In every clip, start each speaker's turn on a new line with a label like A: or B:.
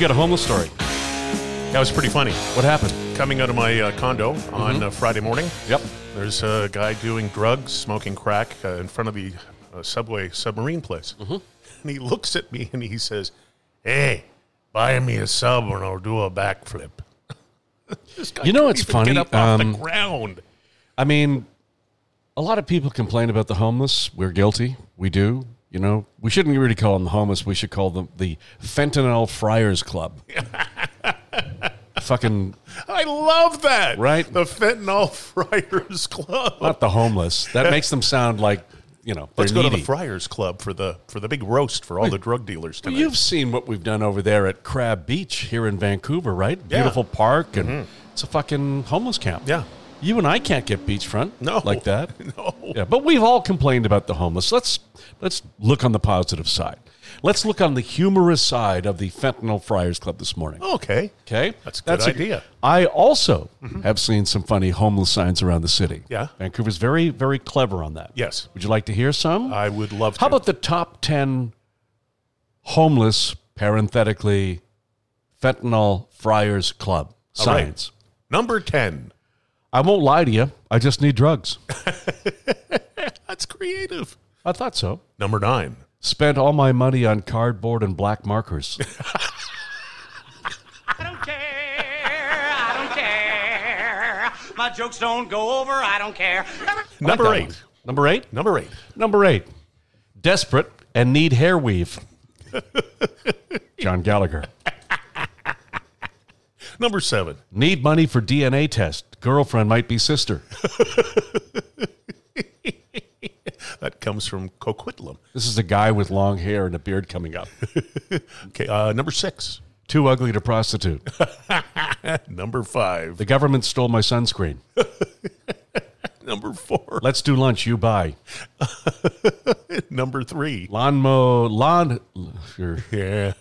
A: got a homeless story.
B: That was pretty funny.
A: What happened?
B: Coming out of my uh, condo on uh, Friday morning,
A: Mm-hmm. Yep.
B: there's a guy doing drugs, smoking crack uh, in front of the uh, subway submarine place.
A: Mm-hmm.
B: And he looks at me and he says, Hey, buy me a sub and I'll do a backflip. This guy
A: You know,
B: couldn't
A: it's
B: even
A: funny,
B: Get up off
A: um,
B: the ground.
A: I mean, a lot of people complain about the homeless. We're guilty. We do. You know, we shouldn't really call them the homeless. We should call them the Fentanyl Friars Club. Fucking
B: I love that.
A: Right?
B: The Fentanyl Friars Club.
A: not the homeless. That makes them sound like you know.
B: Let's
A: they're
B: go to the
A: needy.
B: Friars Club for the for the big roast for all the drug dealers
A: Well,
B: tonight.
A: You've seen what we've done over there at Crab Beach here in Vancouver, right?
B: Yeah. Mm-hmm.
A: Beautiful park, and it's a fucking homeless camp.
B: Yeah.
A: You and I can't get beachfront
B: No.
A: like that.
B: No.
A: Yeah, but we've all complained about the homeless. Let's let's look on the positive side. Let's look on the humorous side of the Fentanyl Friars Club this morning.
B: Okay.
A: Okay,
B: That's a good idea.
A: I also have seen some funny homeless signs around the city.
B: Yeah.
A: Vancouver's very very clever on that.
B: Yes.
A: Would you like to hear some?
B: I would love
A: How
B: to.
A: about the top 10 homeless, parenthetically, fentanyl friars club
B: All right.
A: signs?
B: number 10?
A: I won't lie to you. I just need drugs.
B: That's creative.
A: I thought so.
B: Number 9.
A: Spent all my money on cardboard and black markers.
C: I don't care. I don't care. My jokes don't go over. I don't care.
B: Number
A: That
B: 8.
A: one. Number eight?
B: Number 8.
A: Number eight. Desperate and need hair weave. John Gallagher.
B: Number 7.
A: Need money for DNA test. Girlfriend might be sister.
B: That comes from Coquitlam.
A: This is a guy with long hair and a beard coming up.
B: Okay, uh, number 6.
A: Too ugly to prostitute.
B: Number 5.
A: The government stole my sunscreen.
B: Number 4.
A: Let's do lunch. You buy
B: Number 3.
A: lawn mo lawn er,
B: Yeah.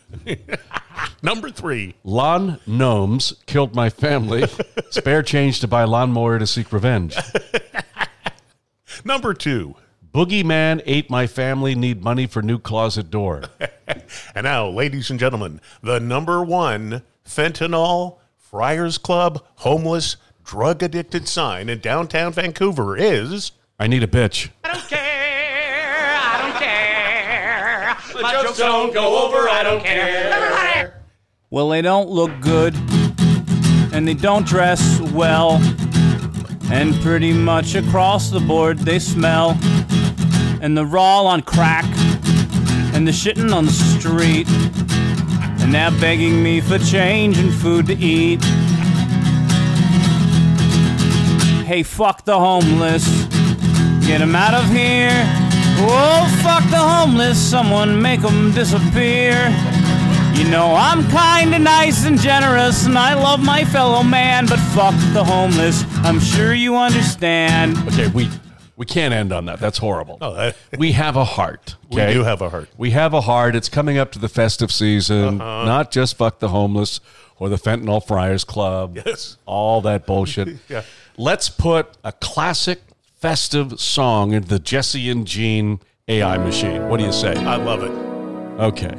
B: number 3.
A: lawn gnomes killed my family. Spare change to buy lawnmower to seek revenge.
B: Number 2.
A: Boogeyman ate my family. Need money for new closet door.
B: And now, ladies and gentlemen, the number one fentanyl Friars Club homeless drug addicted sign in downtown Vancouver is
A: I need a bitch.
C: I don't care. I don't care. My jokes don't go over. I don't care. Everybody.
D: Well, they don't look good, and they don't dress well, and pretty much across the board they smell, and they're all on crack, and they're shitting on the street, and they're begging me for change and food to eat. Hey, fuck the homeless, get 'em out of here. Oh, fuck the homeless, someone make 'em disappear. You know, I'm kind and nice and generous, and I love my fellow man, but fuck the homeless. I'm sure you understand.
A: Okay, we we can't end on that. That's horrible.
B: that-
A: we have a heart.
B: We
A: okay?
B: do have a heart. Uh-huh.
A: We have a heart. It's coming up to the festive season. Not just fuck the homeless or the fentanyl friars club.
B: Yes.
A: All that bullshit.
B: Yeah.
A: Let's put a classic festive song into the Jesse and Gene AI machine. What do you say?
B: I love it.
A: Okay.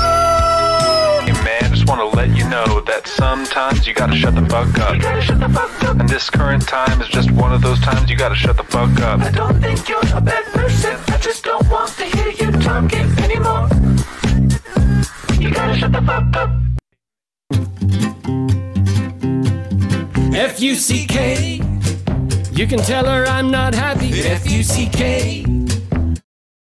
E: Hey man, just want to let you know that sometimes you gotta shut the fuck up. You gotta shut the fuck up. And this current time is just one of those times you gotta shut the fuck up. I don't think you're a bad person. I just don't want to hear you talking anymore. You gotta shut the fuck up.
F: F U C K. You can tell her I'm not happy. F U C K.